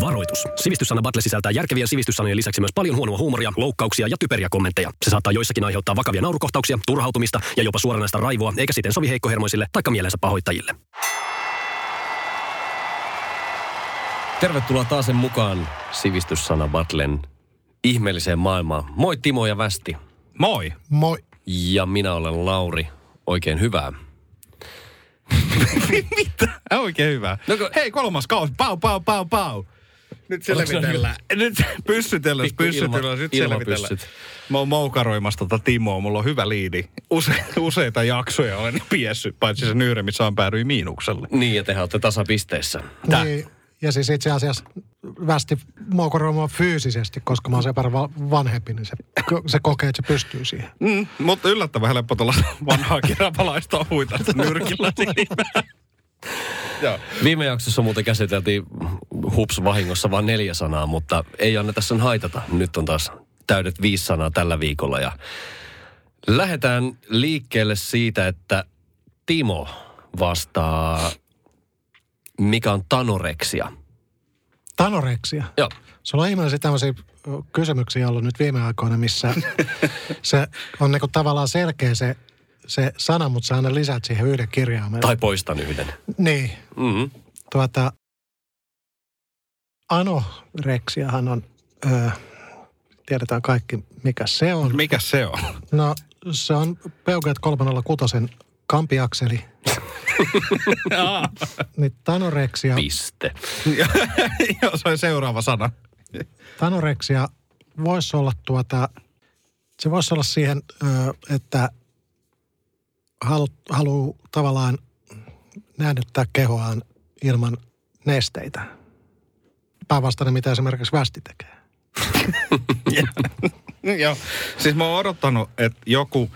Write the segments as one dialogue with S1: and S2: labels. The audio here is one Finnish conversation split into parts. S1: Varoitus. Sivistyssana Battle sisältää järkevien sivistyssanojen lisäksi myös paljon huonoa huumoria, loukkauksia ja typeriä kommentteja. Se saattaa joissakin aiheuttaa vakavia naurukohtauksia, turhautumista ja jopa suoranaista raivoa, eikä siten sovi heikkohermoisille tai mielensä pahoittajille.
S2: Tervetuloa taas sen mukaan sivistyssana Battlen ihmeelliseen maailmaan. Moi Timo ja Västi.
S3: Moi.
S4: Moi.
S2: Ja minä olen Lauri. Oikein hyvää.
S3: Mitä? Oikein hyvä.
S2: No kun-
S3: Hei, kolmas kausi. Pau, pau, pau, pau. Nyt selvitellään. Nyt pyssytellään,
S2: Pikku ilma-
S3: pyssytellään, nyt selvitellään.
S2: ilmapyssyt.
S3: Mä oon moukaroimassa tota Timoa, mulla on hyvä liidi. Use, useita jaksoja olen piessyt, paitsi sen yhden, missä on päädyin miinukselle.
S2: Niin, ja te olette tasapisteissä.
S3: Tää.
S4: Niin, ja siis itse asiassa västi moukoroimaan fyysisesti, koska mä oon sen verran va- vanhempi, niin se, se kokee, että se pystyy siihen.
S3: Mm, mutta yllättävän helppo tuolla vanhaa kirapalaista huita nyrkillä. niin. Joo.
S2: Viime jaksossa muuten käsiteltiin hups vahingossa vain neljä sanaa, mutta ei anneta sen haitata. Nyt on taas täydet viisi sanaa tällä viikolla ja lähdetään liikkeelle siitä, että Timo vastaa, mikä on tanoreksia.
S4: Tanoreksia.
S2: Joo.
S4: Sulla on ihmeellisiä tämmöisiä ö, kysymyksiä ollut nyt viime aikoina, missä se on niinku tavallaan selkeä se, se sana, mutta sä aina lisät siihen yhden kirjaimen.
S2: Tai poistan yhden.
S4: Niin,
S2: Mm-hmm.
S4: tuota, anoreksiahan on, ö, tiedetään kaikki mikä se on.
S3: Mikä se on?
S4: No se on Peugeot 306 kampiakseli. niin tanoreksia,
S2: Piste.
S3: Joo, se on seuraava sana.
S4: tanoreksia voisi olla tuota, se voisi olla siihen, ö, että halu, haluaa tavallaan näännyttää kehoaan ilman nesteitä. Päinvastainen, mitä esimerkiksi västi tekee.
S3: Joo. Siis mä oon odottanut, että joku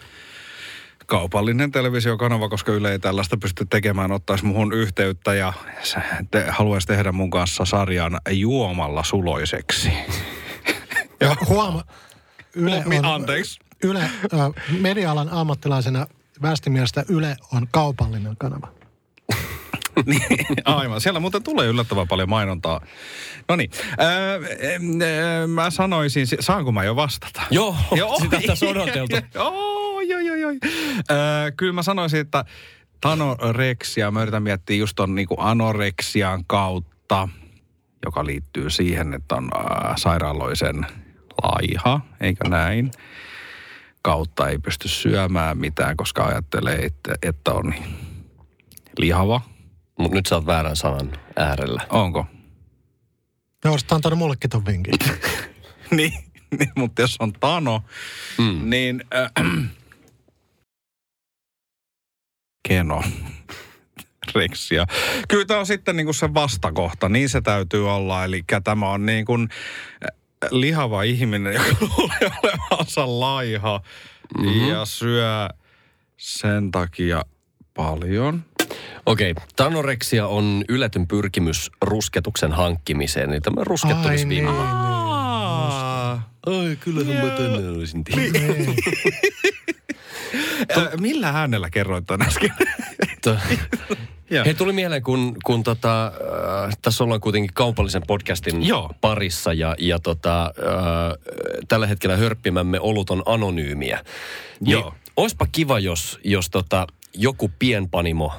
S3: kaupallinen televisiokanava, koska Yle ei tällaista pysty tekemään, ottaisi muhun yhteyttä ja se- te, haluaisi tehdä mun kanssa sarjan juomalla suloiseksi.
S4: Ja huoma, Yle
S3: Mi-
S4: on,
S3: Anteeksi.
S4: Yle, ö, media-alan ammattilaisena västimielestä Yle on kaupallinen kanava.
S3: Niin, Aivan. Siellä muuten tulee yllättävän paljon mainontaa. No niin. Öö, em, öö, mä sanoisin, si- saanko mä jo vastata?
S2: Joo, sitä tässä odoteltu.
S3: Joo, joo, joo, joo. Öö, kyllä mä sanoisin, että tanoreksia, mä yritän miettiä just ton niinku anoreksian kautta, joka liittyy siihen, että on äh, sairaaloisen laiha, eikö näin? Kautta ei pysty syömään mitään, koska ajattelee, että, että on lihava.
S2: Mutta nyt sä oot väärän sanan äärellä.
S3: Onko?
S4: Ne olisivat antanut mullekin ton vinkin.
S3: Tota niin, niin, mutta jos on Tano, mm. niin... Äh, keno. Reksia. Kyllä tämä on sitten niin kuin se vastakohta, niin se täytyy olla. Eli tämä on niin kuin äh, lihava ihminen, joka luulee olevansa laiha mm-hmm. ja syö sen takia paljon.
S2: Okei, okay. tanoreksia on yletyn pyrkimys rusketuksen hankkimiseen, eli tämä ruskettumisvimma.
S4: Ai niin.
S3: Aa,
S2: Ai, kyllähän mä tänne olisin tiennyt.
S4: Niin.
S3: Äh, millä äänellä kerroit tämän äsken? Joo.
S2: Hei, tuli mieleen, kun, kun tota, äh, tässä ollaan kuitenkin kaupallisen podcastin
S3: Joo.
S2: parissa ja, ja tota, äh, tällä hetkellä hörppimämme olut on anonyymiä.
S3: Joo.
S2: Niin, oispa kiva, jos, jos tota, joku pienpanimo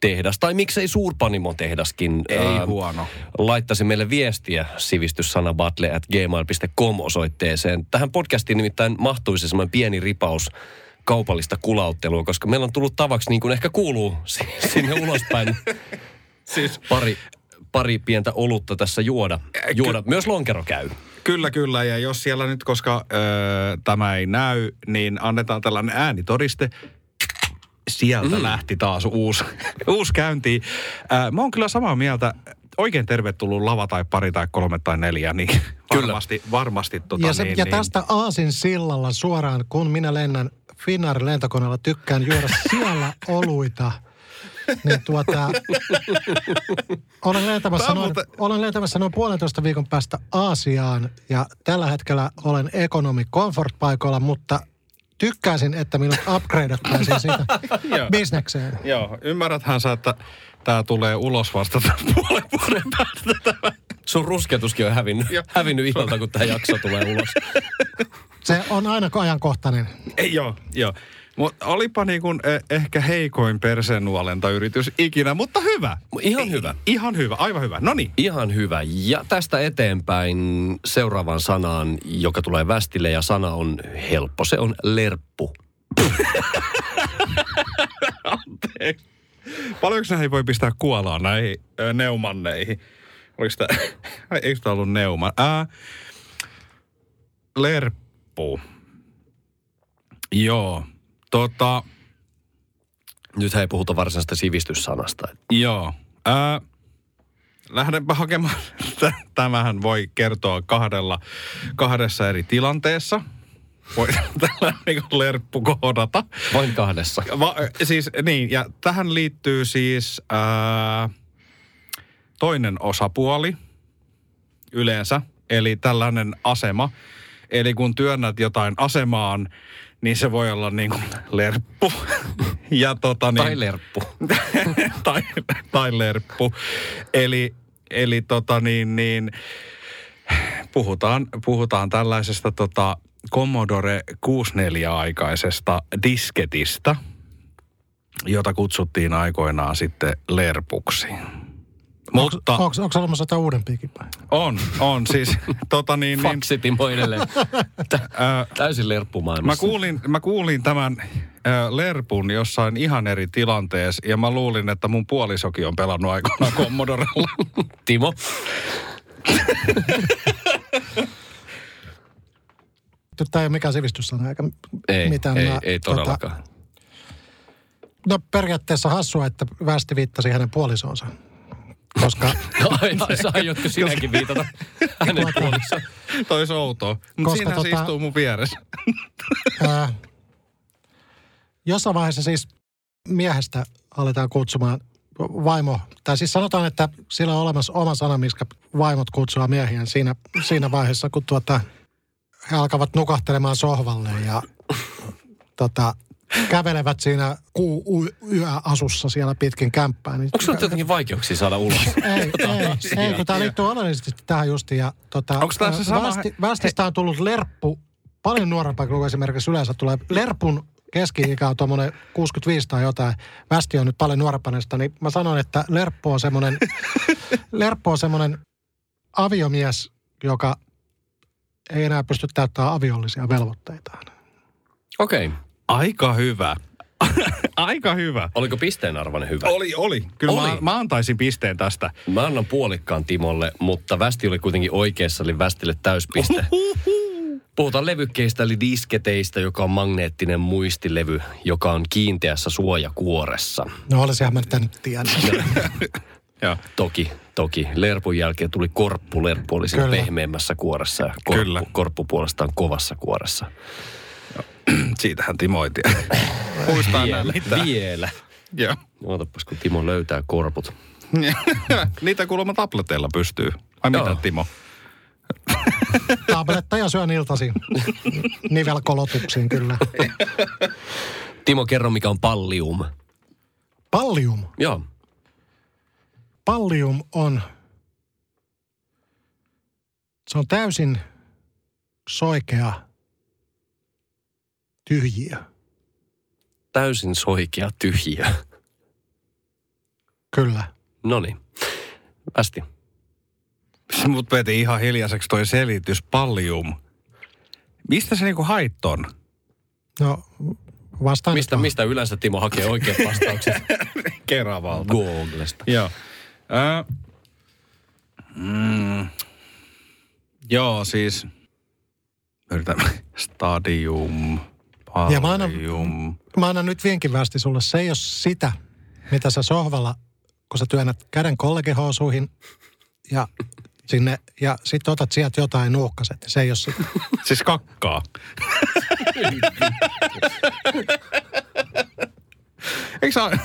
S2: tehdas, tai miksei suurpanimo tehdaskin äh,
S3: Ei huono.
S2: laittaisi meille viestiä sivistyssanabattle at gmail.com osoitteeseen. Tähän podcastiin nimittäin mahtuisi semmoinen pieni ripaus kaupallista kulauttelua, koska meillä on tullut tavaksi, niin kuin ehkä kuuluu si- sinne ulospäin,
S3: Siis
S2: pari, pari pientä olutta tässä juoda. juoda. Myös lonkero käy.
S3: Kyllä, kyllä. Ja jos siellä nyt, koska ö, tämä ei näy, niin annetaan tällainen äänitodiste. Sieltä mm. lähti taas uusi, uusi käynti. Ö, mä oon kyllä samaa mieltä. Oikein tervetullut lava tai pari tai kolme tai neljä, niin
S2: Kyllä.
S3: varmasti, varmasti tota
S4: Ja, se,
S3: niin,
S4: ja
S3: niin-
S4: tästä Aasin sillalla suoraan, kun minä lennän Finnaarin lentokoneella, tykkään juoda siellä oluita. Niin tuota, olen, lentämässä
S3: Tää on
S4: noin,
S3: muuten-
S4: olen lentämässä noin puolentoista viikon päästä Aasiaan ja tällä hetkellä olen ekonomi comfort-paikoilla, mutta tykkäisin, että minut upgradeattaisiin siitä
S3: Joo.
S4: bisnekseen.
S3: Joo, ymmärräthän sä, että tämä tulee ulos vasta tämän puolen vuoden päästä. tämä.
S2: Sun rusketuskin on hävinnyt,
S3: Joo.
S2: hävinnyt ilta, kun tämä jakso tulee ulos.
S4: Se on aina ajankohtainen.
S3: Ei, joo, joo. Mut olipa niin kuin, eh, ehkä heikoin persenuolentayritys ikinä, mutta hyvä.
S2: Mu- Ihan hyvä.
S3: Ihan hyvä, aivan hyvä. No niin.
S2: Ihan hyvä. Ja tästä eteenpäin seuraavaan sanaan, joka tulee västille ja sana on helppo. Se on lerppu.
S3: Paljonko näihin voi pistää kuolaa näihin ö, neumanneihin? Oliko tää, ai, eikö tää ollut neuma? Ää, lerppu. Joo, tota,
S2: Nyt ei puhuta varsinaisesta sivistyssanasta.
S3: joo. Ää, lähdenpä hakemaan. Tä- Tämähän voi kertoa kahdella, kahdessa eri tilanteessa. Voi tällä niin lerppu kohdata.
S2: Vain kahdessa.
S3: Va, siis niin, ja tähän liittyy siis ää, toinen osapuoli yleensä, eli tällainen asema. Eli kun työnnät jotain asemaan, niin se voi olla niin kuin lerppu. ja tota niin,
S2: Tai lerppu.
S3: tai, tai lerppu. Eli, eli tota niin, niin puhutaan, puhutaan tällaisesta tota Commodore 64-aikaisesta disketistä, jota kutsuttiin aikoinaan sitten lerpuksi. Mutta
S4: Onko, onko olemassa jotain uudempiakin päin?
S3: on, on siis tota niin, niin
S2: Faksitimo edelleen. Tä,
S3: ää,
S2: täysin
S3: Mä
S2: lerppumaailmassa.
S3: kuulin, mä kuulin tämän ö, Lerpun jossain ihan eri tilanteessa ja mä luulin, että mun puolisokin on pelannut aikoinaan Commodorella.
S2: Timo.
S4: Tämä ei ole mikään sivistyssana eikä
S2: Ei,
S4: mitään.
S2: ei,
S4: Mä, tota-
S2: ei todellakaan.
S4: no periaatteessa hassua, että Västi viittasi hänen puolisoonsa. Koska,
S2: Tota... Ai, ai, sä aiotko sinäkin viitata hänen puolissaan?
S3: Tois outoa. Mutta
S4: Koska
S3: siinähän se
S4: tota-
S3: istuu mun vieressä.
S4: ää, jossain vaiheessa siis miehestä aletaan kutsumaan vaimo, tai siis sanotaan, että sillä on olemassa oma sana, miskä vaimot kutsua miehiä siinä, siinä vaiheessa, kun tuota, he alkavat nukahtelemaan sohvalle ja tota, kävelevät siinä kuu yöasussa siellä pitkin kämppää. Niin
S2: Onko sulla jotenkin vaikeuksia saada ulos?
S4: ei, ei, ei, kun tämä liittyy oleellisesti tähän justiin. Ja, tota,
S3: Onks tää se
S4: ää,
S3: sama-
S4: Västi, västistä on tullut lerppu, paljon nuorempaa kuin esimerkiksi yleensä tulee. Lerpun keski-ikä on tuommoinen 65 tai jotain. Västi on nyt paljon nuorempana sitä, niin mä sanon, että lerppu on semmoinen, lerppu on semmoinen aviomies, joka ei enää pysty täyttämään aviollisia velvoitteitaan.
S2: Okei. Okay.
S3: Aika hyvä. Aika hyvä.
S2: Oliko pisteen arvoinen hyvä?
S3: Oli, oli. Kyllä Mä,
S2: Oli.
S3: mä antaisin pisteen tästä.
S2: Mä annan puolikkaan Timolle, mutta Västi oli kuitenkin oikeassa, eli Västille täyspiste. Puhutaan levykkeistä, eli disketeistä, joka on magneettinen muistilevy, joka on kiinteässä suojakuoressa.
S4: No olisihan mä tätä nyt tiennyt.
S3: Joo.
S2: Toki, toki. Lerpun jälkeen tuli korppu. Lerppu oli siinä
S4: Kyllä.
S2: pehmeämmässä kuoressa ja korppu,
S3: Kyllä.
S2: korppu puolestaan kovassa kuoressa.
S3: Siitähän Timo ei tiedä. Muistaa enää mitään.
S2: Vielä.
S3: Joo.
S2: Ootapas, kun Timo löytää korput.
S3: Niitä kuulemma tableteilla pystyy. Ai
S2: Joo.
S3: mitä Timo?
S4: Tabletta ja syön iltasi. Nivelkolotuksiin kyllä.
S2: Timo, kerro mikä on pallium.
S4: Pallium.
S2: Joo.
S4: Pallium on, se on täysin soikea tyhjiö.
S2: Täysin soikea tyhjiö.
S4: Kyllä.
S2: Noniin. Västi.
S3: Mut veti ihan hiljaiseksi toi selitys. Pallium. Mistä se niinku hait on?
S4: No vastaan
S2: Mistä,
S4: nyt vaan.
S2: mistä yleensä Timo hakee oikeat vastaukset?
S3: Keravalta.
S2: Googlesta.
S3: Joo. Ö, mm, joo, siis yritän stadium,
S4: Ja mä annan-
S3: pallium.
S4: Mä annan nyt vinkin västi sulle. Se ei ole sitä, mitä sä sohvalla, kun sä työnnät käden kollegehousuihin ja sinne, ja sit otat sieltä jotain nuuhkaset. Se ei ole sitä.
S3: Siis kakkaa. Eikö sä aina-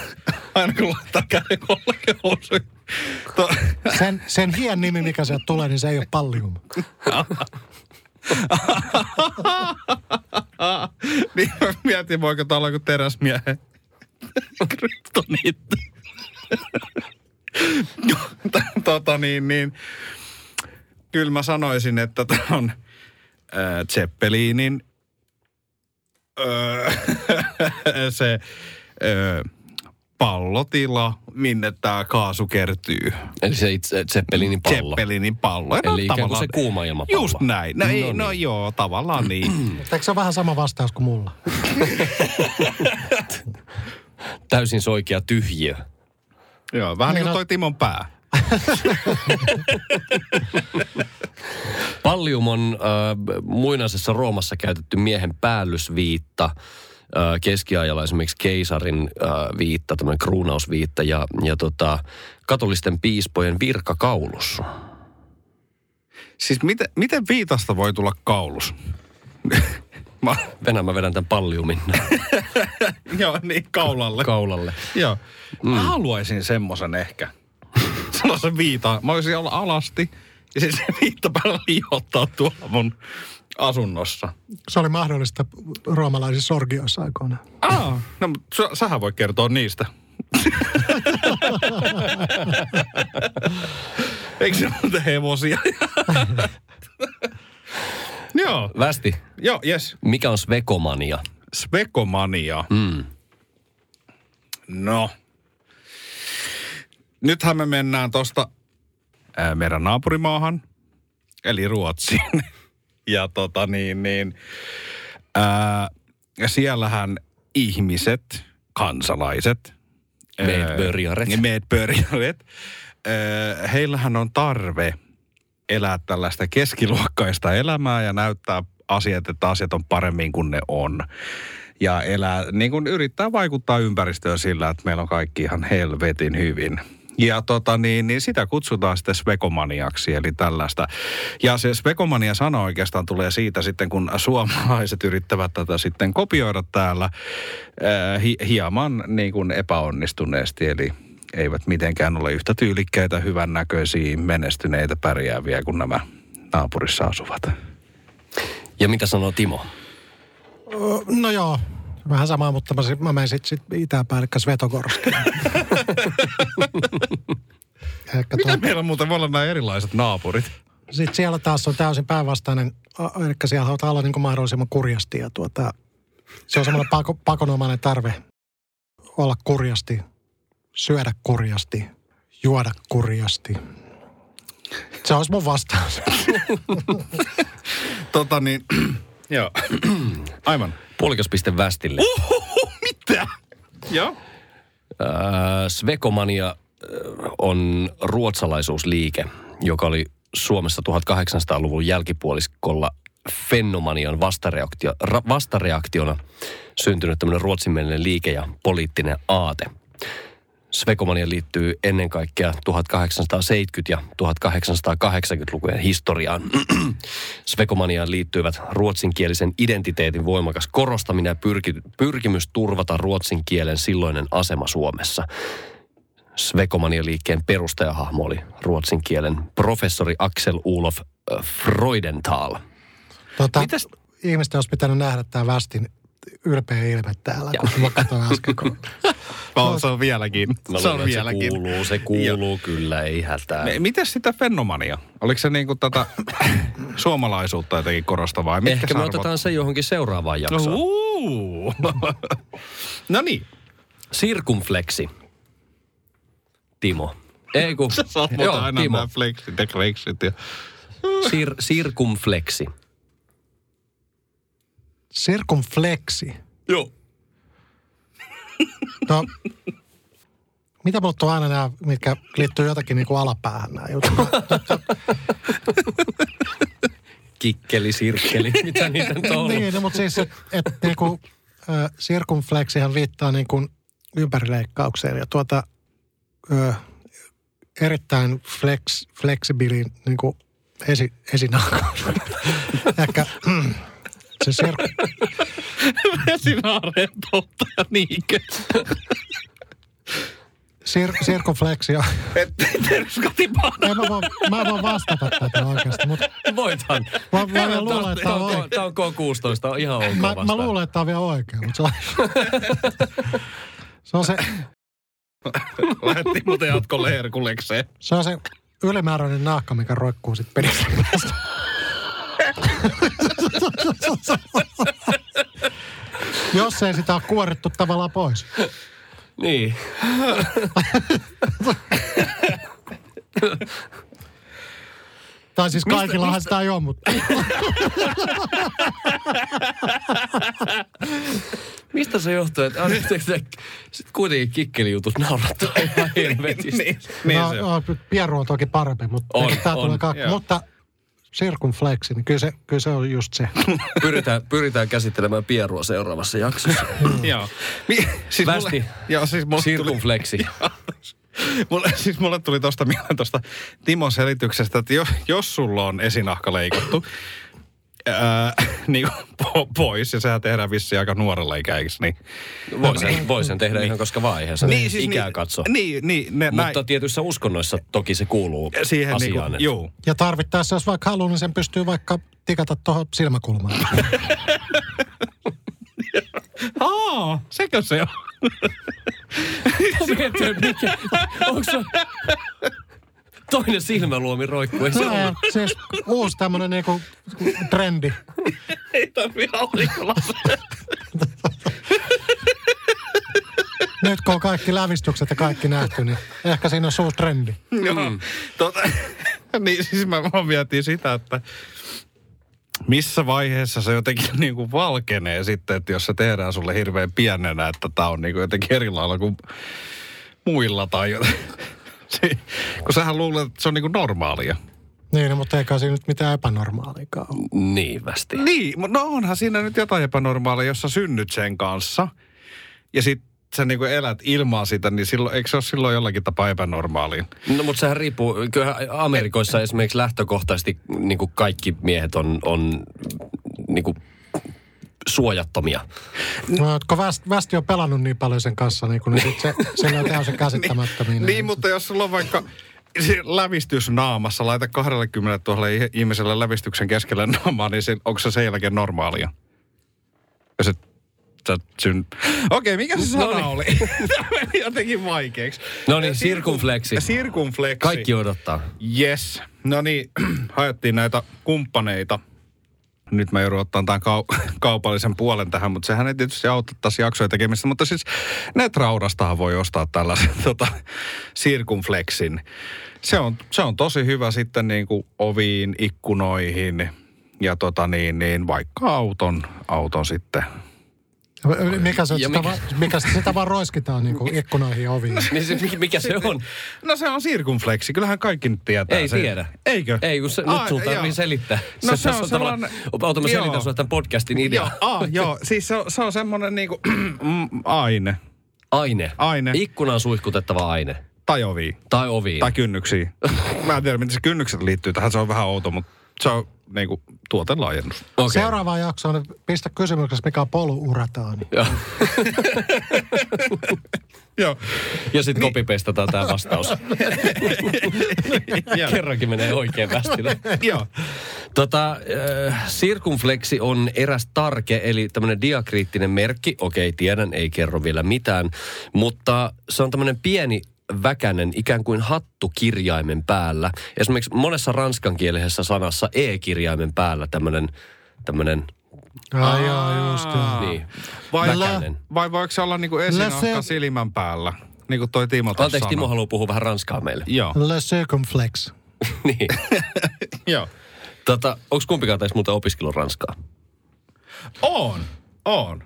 S3: aina kun laittaa käden kollegehousuihin? To-
S4: Sen, sen hien nimi, mikä sieltä tulee, niin se ei ole pallium.
S3: niin mä mietin, voiko tää olla joku teräsmiehen kryptoniitti. tota niin, niin. kyllä mä sanoisin, että tämä on äh, Zeppelinin öö, se öö, pallotila, minne tämä kaasu kertyy.
S2: Eli se itse Zeppelinin pallo.
S3: Zeppelinin pallo. No,
S2: Eli ikään kuin
S3: tavallaan-
S2: se kuuma ilmapallo.
S3: Just näin. No, ei,
S2: No niin.
S3: no joo, tavallaan niin.
S4: Mutta Eikö se ole vähän sama vastaus kuin mulla?
S2: Täysin soikea tyhjiö.
S3: joo, vähän niin
S2: no
S4: Niin
S3: kuin toi
S4: on.
S3: Timon pää.
S2: Pallium on äh, muinaisessa Roomassa käytetty miehen päällysviitta, äh, keskiajalla esimerkiksi keisarin äh, viitta, tämmöinen kruunausviitta ja, ja tota, katolisten piispojen virkakaulus.
S3: Siis miten, miten viitasta voi tulla kaulus? mä,
S2: Venä, mä vedän tämän palliumin
S3: joo, niin kaulalle.
S2: kaulalle.
S3: Joo. Mm. Mä haluaisin semmosen ehkä. Sellaisen viitan. Mä voisin olla alasti ja siis se viittapäällä liihottaa tuolla mun asunnossa.
S4: Se oli mahdollista roomalaisissa orgioissa aikoinaan.
S3: Aa, no mutta sä, sähän voi kertoa niistä. Eikö se ole hevosia? joo,
S2: Västi,
S3: joo, yes.
S2: mikä on svekomania?
S3: Svekomania. Mm. No. Nythän me mennään tosta ää, meidän naapurimaahan, eli Ruotsiin. ja tota niin, niin ää, ja siellähän ihmiset, kansalaiset,
S2: Medbörjaret.
S3: ää, medbörjaret, ää, heillähän on tarve elää tällaista keskiluokkaista elämää ja näyttää asiat, että asiat on paremmin kuin ne on ja elää, niin kuin yrittää vaikuttaa ympäristöön sillä, että meillä on kaikki ihan helvetin hyvin. Ja tota niin, niin sitä kutsutaan sitten svekomaniaksi, eli tällaista. Ja se svekomania-sana oikeastaan tulee siitä sitten, kun suomalaiset yrittävät tätä sitten kopioida täällä äh, hi- hieman niin kuin epäonnistuneesti, eli eivät mitenkään ole yhtä tyylikkäitä, hyvännäköisiä, menestyneitä, pärjääviä kuin nämä naapurissa asuvat.
S2: Ja mitä sanoo Timo?
S4: Ö, No joo, vähän samaa, mutta mä, sit- mä menen sitten sit itäpäälle Svetogorskiin. Ehkä tuo-
S3: Miten meillä muuten voi olla nämä erilaiset naapurit?
S4: Sitten siellä taas on täysin päinvastainen, a- eli siellä halutaan olla niin kuin mahdollisimman kurjasti ja tuota, se on semmoinen pako, pakonomainen tarve olla kurjasti, syödä kurjasti, juoda kurjasti. Se olisi mun vastaus.
S3: Tota niin, joo. Aivan.
S2: Puolikas piste Västille.
S3: Mitä? Joo.
S2: Äh, Svekomania äh, on ruotsalaisuusliike, joka oli Suomessa 1800-luvun jälkipuoliskolla fennomanian vastareaktio, ra, vastareaktiona syntynyt tämmöinen ruotsinmielinen liike ja poliittinen aate. Svekomania liittyy ennen kaikkea 1870- ja 1880-lukujen historiaan. Svekomaniaan liittyvät ruotsinkielisen identiteetin voimakas korostaminen ja pyrki, pyrkimys turvata ruotsin kielen silloinen asema Suomessa. Svekomanian liikkeen perustajahahmo oli ruotsin kielen professori Axel Ulof äh, Freudenthal.
S4: Tuota,
S3: Mitäs-
S4: Ihmisten olisi pitänyt nähdä tämä västin ylpeä ilme täällä, kun mä katsoin äsken. Kun...
S3: No, se on vieläkin.
S2: Mä luulen,
S3: se on
S2: että Se
S3: vieläkin.
S2: kuuluu, se kuuluu kyllä, ei hätää.
S3: Me- Mitäs sitä fenomania? Oliko se niinku tätä suomalaisuutta jotenkin korostavaa? Ja mitkä
S2: Ehkä me
S3: sarvot?
S2: otetaan se johonkin seuraavaan
S3: No,
S2: jaksoon.
S3: uu. no niin.
S2: Sirkumfleksi. Timo. Ei kun,
S3: Sä saat
S2: joo,
S3: muuta aina nämä
S2: Timo.
S3: flexit ja flexit. Ja...
S2: Sir, sirkumfleksi.
S4: Circumflexi.
S2: Joo.
S4: No, mitä mulla on aina nämä, mitkä liittyy jotakin niin kuin alapäähän nämä jutut?
S2: Kikkeli, sirkkeli, mitä niitä nyt on ollut.
S4: Niin, no, mutta siis, että et, niinku, ö, sirkumfleksihan viittaa niinku ympärileikkaukseen ja tuota ö, erittäin flex, fleksibiliin niinku esi, esinahkaan. Ehkä mm, se sir,
S3: Vesinaareen polttaja niinkö?
S4: sir, sirkumfleksi on,
S3: Terskotipaan.
S4: en mä voi, mä en voi vastata tätä oikeasti, mutta
S2: Voithan.
S4: mä, mä vielä luulen, että
S2: Tää
S4: tämä
S2: on,
S4: on oikein.
S2: tää on K16, on ihan ok
S4: Mä, mä
S2: vastaan.
S4: luulen, että tämä on vielä oikein, mutta se on, se, on se,
S3: Lähettiin muuten jatkolle herkulekseen.
S4: se, on se ylimääräinen naakka, mikä roikkuu sitten penissä päässä. Jos ei sitä ole kuorittu tavallaan pois.
S2: Niin.
S4: Tai siis kaikillahan sitä ei ole, mutta
S2: Mistä se johtuu, että sitten kuitenkin kikkelijutut naurattaa ihan helvetisti.
S3: Niin
S4: no,
S3: se on.
S4: no, pieru on toki parempi, mutta
S2: On,
S4: on, tämä
S2: on,
S4: tulee kakku.
S3: joo.
S4: Mutta circumflexi, niin kyllä se, kyllä se on just se.
S2: Pyritään, pyritään käsittelemään pierua seuraavassa jaksossa.
S3: Joo. Mm. Mi- siis
S2: Västi.
S3: mulle, joo, siis mulle tuli,
S2: Sirkunfleksi.
S3: mulle, siis mulle tuli tosta mieleen tosta Timon selityksestä, että jos, jos sulla on esinahka leikattu, ää, niin kuin po- pois, ja sehän tehdään vissiin aika nuorella ikäiseksi, niin...
S2: Voi sen, voi sen tehdä ihan koska vaan, eihän sen niin, siis ikää
S3: niin,
S2: katso.
S3: Niin, niin, ne, näin,
S2: Mutta tietyissä uskonnoissa toki se kuuluu
S3: siihen niinku,
S2: asiaan. että-
S3: juu.
S4: Ja tarvittaessa, jos vaikka haluaa, niin sen pystyy vaikka tikata tuohon silmäkulmaan.
S3: Aa, sekö se on?
S2: Mä mietin, että mikä, onko se... Toinen silmäluomi roikkuu. Ei se
S4: Se
S2: ole.
S4: on siis uusi tämmöinen niinku trendi.
S2: Ei tarvi aurinkolaseja.
S4: Nyt kun on kaikki lävistykset ja kaikki nähty, niin ehkä siinä on suuri trendi.
S3: Joo. Tota, niin siis mä vaan mietin sitä, että missä vaiheessa se jotenkin niin kuin valkenee sitten, että jos se tehdään sulle hirveän pienenä, että tämä on niin kuin jotenkin eri lailla kuin muilla tai jotain. Se, kun sähän luulet, että se on niin kuin normaalia.
S4: Niin, mutta eikä siinä nyt mitään epänormaalikaan ole.
S2: Niin västi.
S3: Niin, mutta no onhan siinä nyt jotain epänormaalia, jos sä synnyt sen kanssa ja sitten sä niin kuin elät ilman sitä, niin silloin, eikö se ole silloin jollakin tapaa epänormaaliin?
S2: No mutta sehän riippuu, kyllähän Amerikoissa esimerkiksi lähtökohtaisesti niin kuin kaikki miehet on, on niin kuin suojattomia.
S4: No, kun Väst, Västi on pelannut niin paljon sen kanssa, niin, kun, niin sit se, sillä on täysin käsittämättömiä.
S3: Niin, mutta jos sulla on vaikka se lävistys naamassa, laita 20 000 ih- ihmiselle lävistyksen keskelle naamaa, niin se, onko se sen jälkeen normaalia? Jos et, sä et syn... Okei, mikä se sana
S2: Noniin.
S3: oli? Tämä meni jotenkin vaikeaksi.
S2: niin. No niin, sirkunfleksi.
S3: Sirkunfleksi.
S2: Kaikki odottaa.
S3: Yes. No niin, haettiin näitä kumppaneita. Nyt mä joudun ottamaan tämän kau- kaupallisen puolen tähän, mutta sehän ei tietysti auta tässä jaksoja tekemistä. Mutta siis Netraudastahan voi ostaa tällaisen tota, sirkunflexin. Se on, se on tosi hyvä sitten niin kuin oviin, ikkunoihin ja tota niin, niin vaikka auton, auton sitten.
S4: Mikä se,
S2: Ja
S4: sitä,
S2: mikä-
S4: mikä... mikä se, sitä vaan roiskitaan niin kuin ikkunoihin ja oviin.
S2: Niin se, mi- mikä se on?
S3: No se on sirkunflexi, kyllähän kaikki nyt tietää
S2: Ei
S3: sen.
S2: tiedä.
S3: Eikö?
S2: Ei, kun se, nyt
S3: Ai,
S2: sulla tarvii
S3: Ah, joo.
S2: selittää.
S3: No se
S2: tässä
S3: on
S2: tavallaan-
S3: sellainen-
S2: Ota mä selitän
S3: Joo.
S2: sulle tämän podcastin idea.
S3: Joo, aa, joo, siis se on, se on semmoinen niinku mm, aine.
S2: Aine.
S3: Aine.
S2: Ikkunaan suihkutettava aine.
S3: Tai ovi.
S2: Tai oviin.
S3: Tai kynnyksiin. Mä en tiedä, miten se kynnykset liittyy tähän. Se on vähän outo, mutta se on niinku tuotelaajennus.
S4: Okay. Seuraavaan jaksoon niin pistä kysymyksessä, mikä on poluurataani.
S2: Joo.
S3: Joo.
S2: Ja sitten niin. kopipestataan tämä vastaus.
S3: Joo.
S2: Kerrankin menee oikein västille.
S3: Joo.
S2: Tota, äh, sirkumfleksi on eräs tarke, eli tämmöinen diakriittinen merkki. Okei, tiedän, ei kerro vielä mitään. Mutta se on tämmöinen pieni väkänen, ikään kuin hattu kirjaimen päällä. Esimerkiksi monessa ranskankielisessä sanassa e-kirjaimen päällä tämmöinen, tämmöinen,
S4: Ai joo, just joo.
S2: niin,
S3: Vai,
S2: väkänen.
S3: vai voiko se olla niinku esinahka
S4: Läse-
S3: silmän päällä? Niin kuin toi Timo tuossa
S2: Anteeksi,
S3: sanoi.
S2: Timo haluaa puhua vähän ranskaa meille.
S3: Joo.
S4: Le circumflex.
S2: niin.
S3: Joo.
S2: Tota, onko kumpikaan teistä muuten opiskellut ranskaa?
S3: On. On.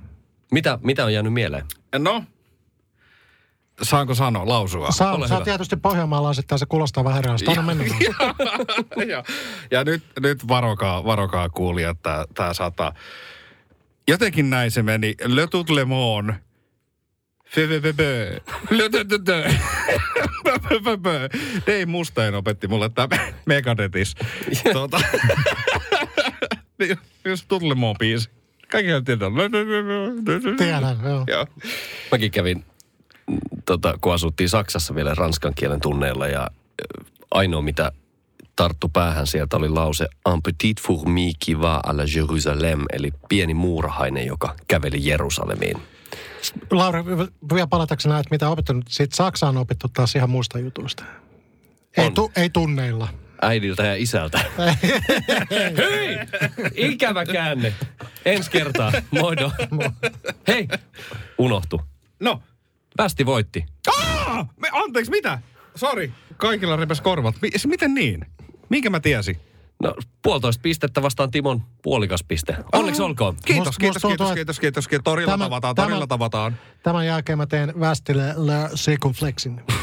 S2: Mitä, mitä on jäänyt mieleen?
S3: No. Saanko sanoa, lausua?
S4: Saa,
S2: Ah, Ole
S4: saa
S2: hyvä.
S4: tietysti pohjanmaalaisittain, se kuulostaa vähän erilaiselta. Anna mennä. vaan.
S3: ja, ja nyt, nyt varokaa, varokaa kuulijat, tää, tää sata. Jotenkin näin se meni. Le tout le monde. Fefefefe. Le tout le monde. Fefefefe. Dave Mustaine opetti mulle tämä Megadetis. Tuota, Niin, just tout le monde biisi. Kaikkihan tietää. Le tout le monde.
S4: Tiedän, joo.
S3: Joo.
S2: Mäkin kävin, mm, tota, kun asuttiin Saksassa vielä ranskan kielen tunneilla ja ö, ainoa mitä tarttu päähän sieltä oli lause Un petit fourmi qui va à la Jérusalem, eli pieni muurahainen, joka käveli Jerusalemiin.
S4: Lauri, vielä palatakseni näet, mitä on opittu. Siitä Saksa on opittu taas ihan muista jutuista. Ei,
S2: On.
S4: tu, ei tunneilla.
S2: Äidiltä ja isältä. Hei! Ikävä käänne. Ensi kertaa. Moido. Hei! Unohtu.
S3: No,
S2: Västi voitti.
S3: Aa! Me, anteeksi, mitä? Sori. Kaikilla repes korvat. Mi- siis miten niin? Minkä mä tiesin?
S2: No, puolitoista pistettä vastaan Timon puolikas piste. Onneksi
S3: Ah.
S2: olkoon.
S3: Kiitos,
S4: Musta-
S3: kiitos,
S4: musta tuntuu,
S3: kiitos,
S4: että
S3: kiitos, kiitos, kiitos. Torilla
S4: tämä-
S3: tavataan,
S4: tämä-
S3: torilla tavataan.
S4: Tämän jälkeen mä teen Västille Le Circumflexin.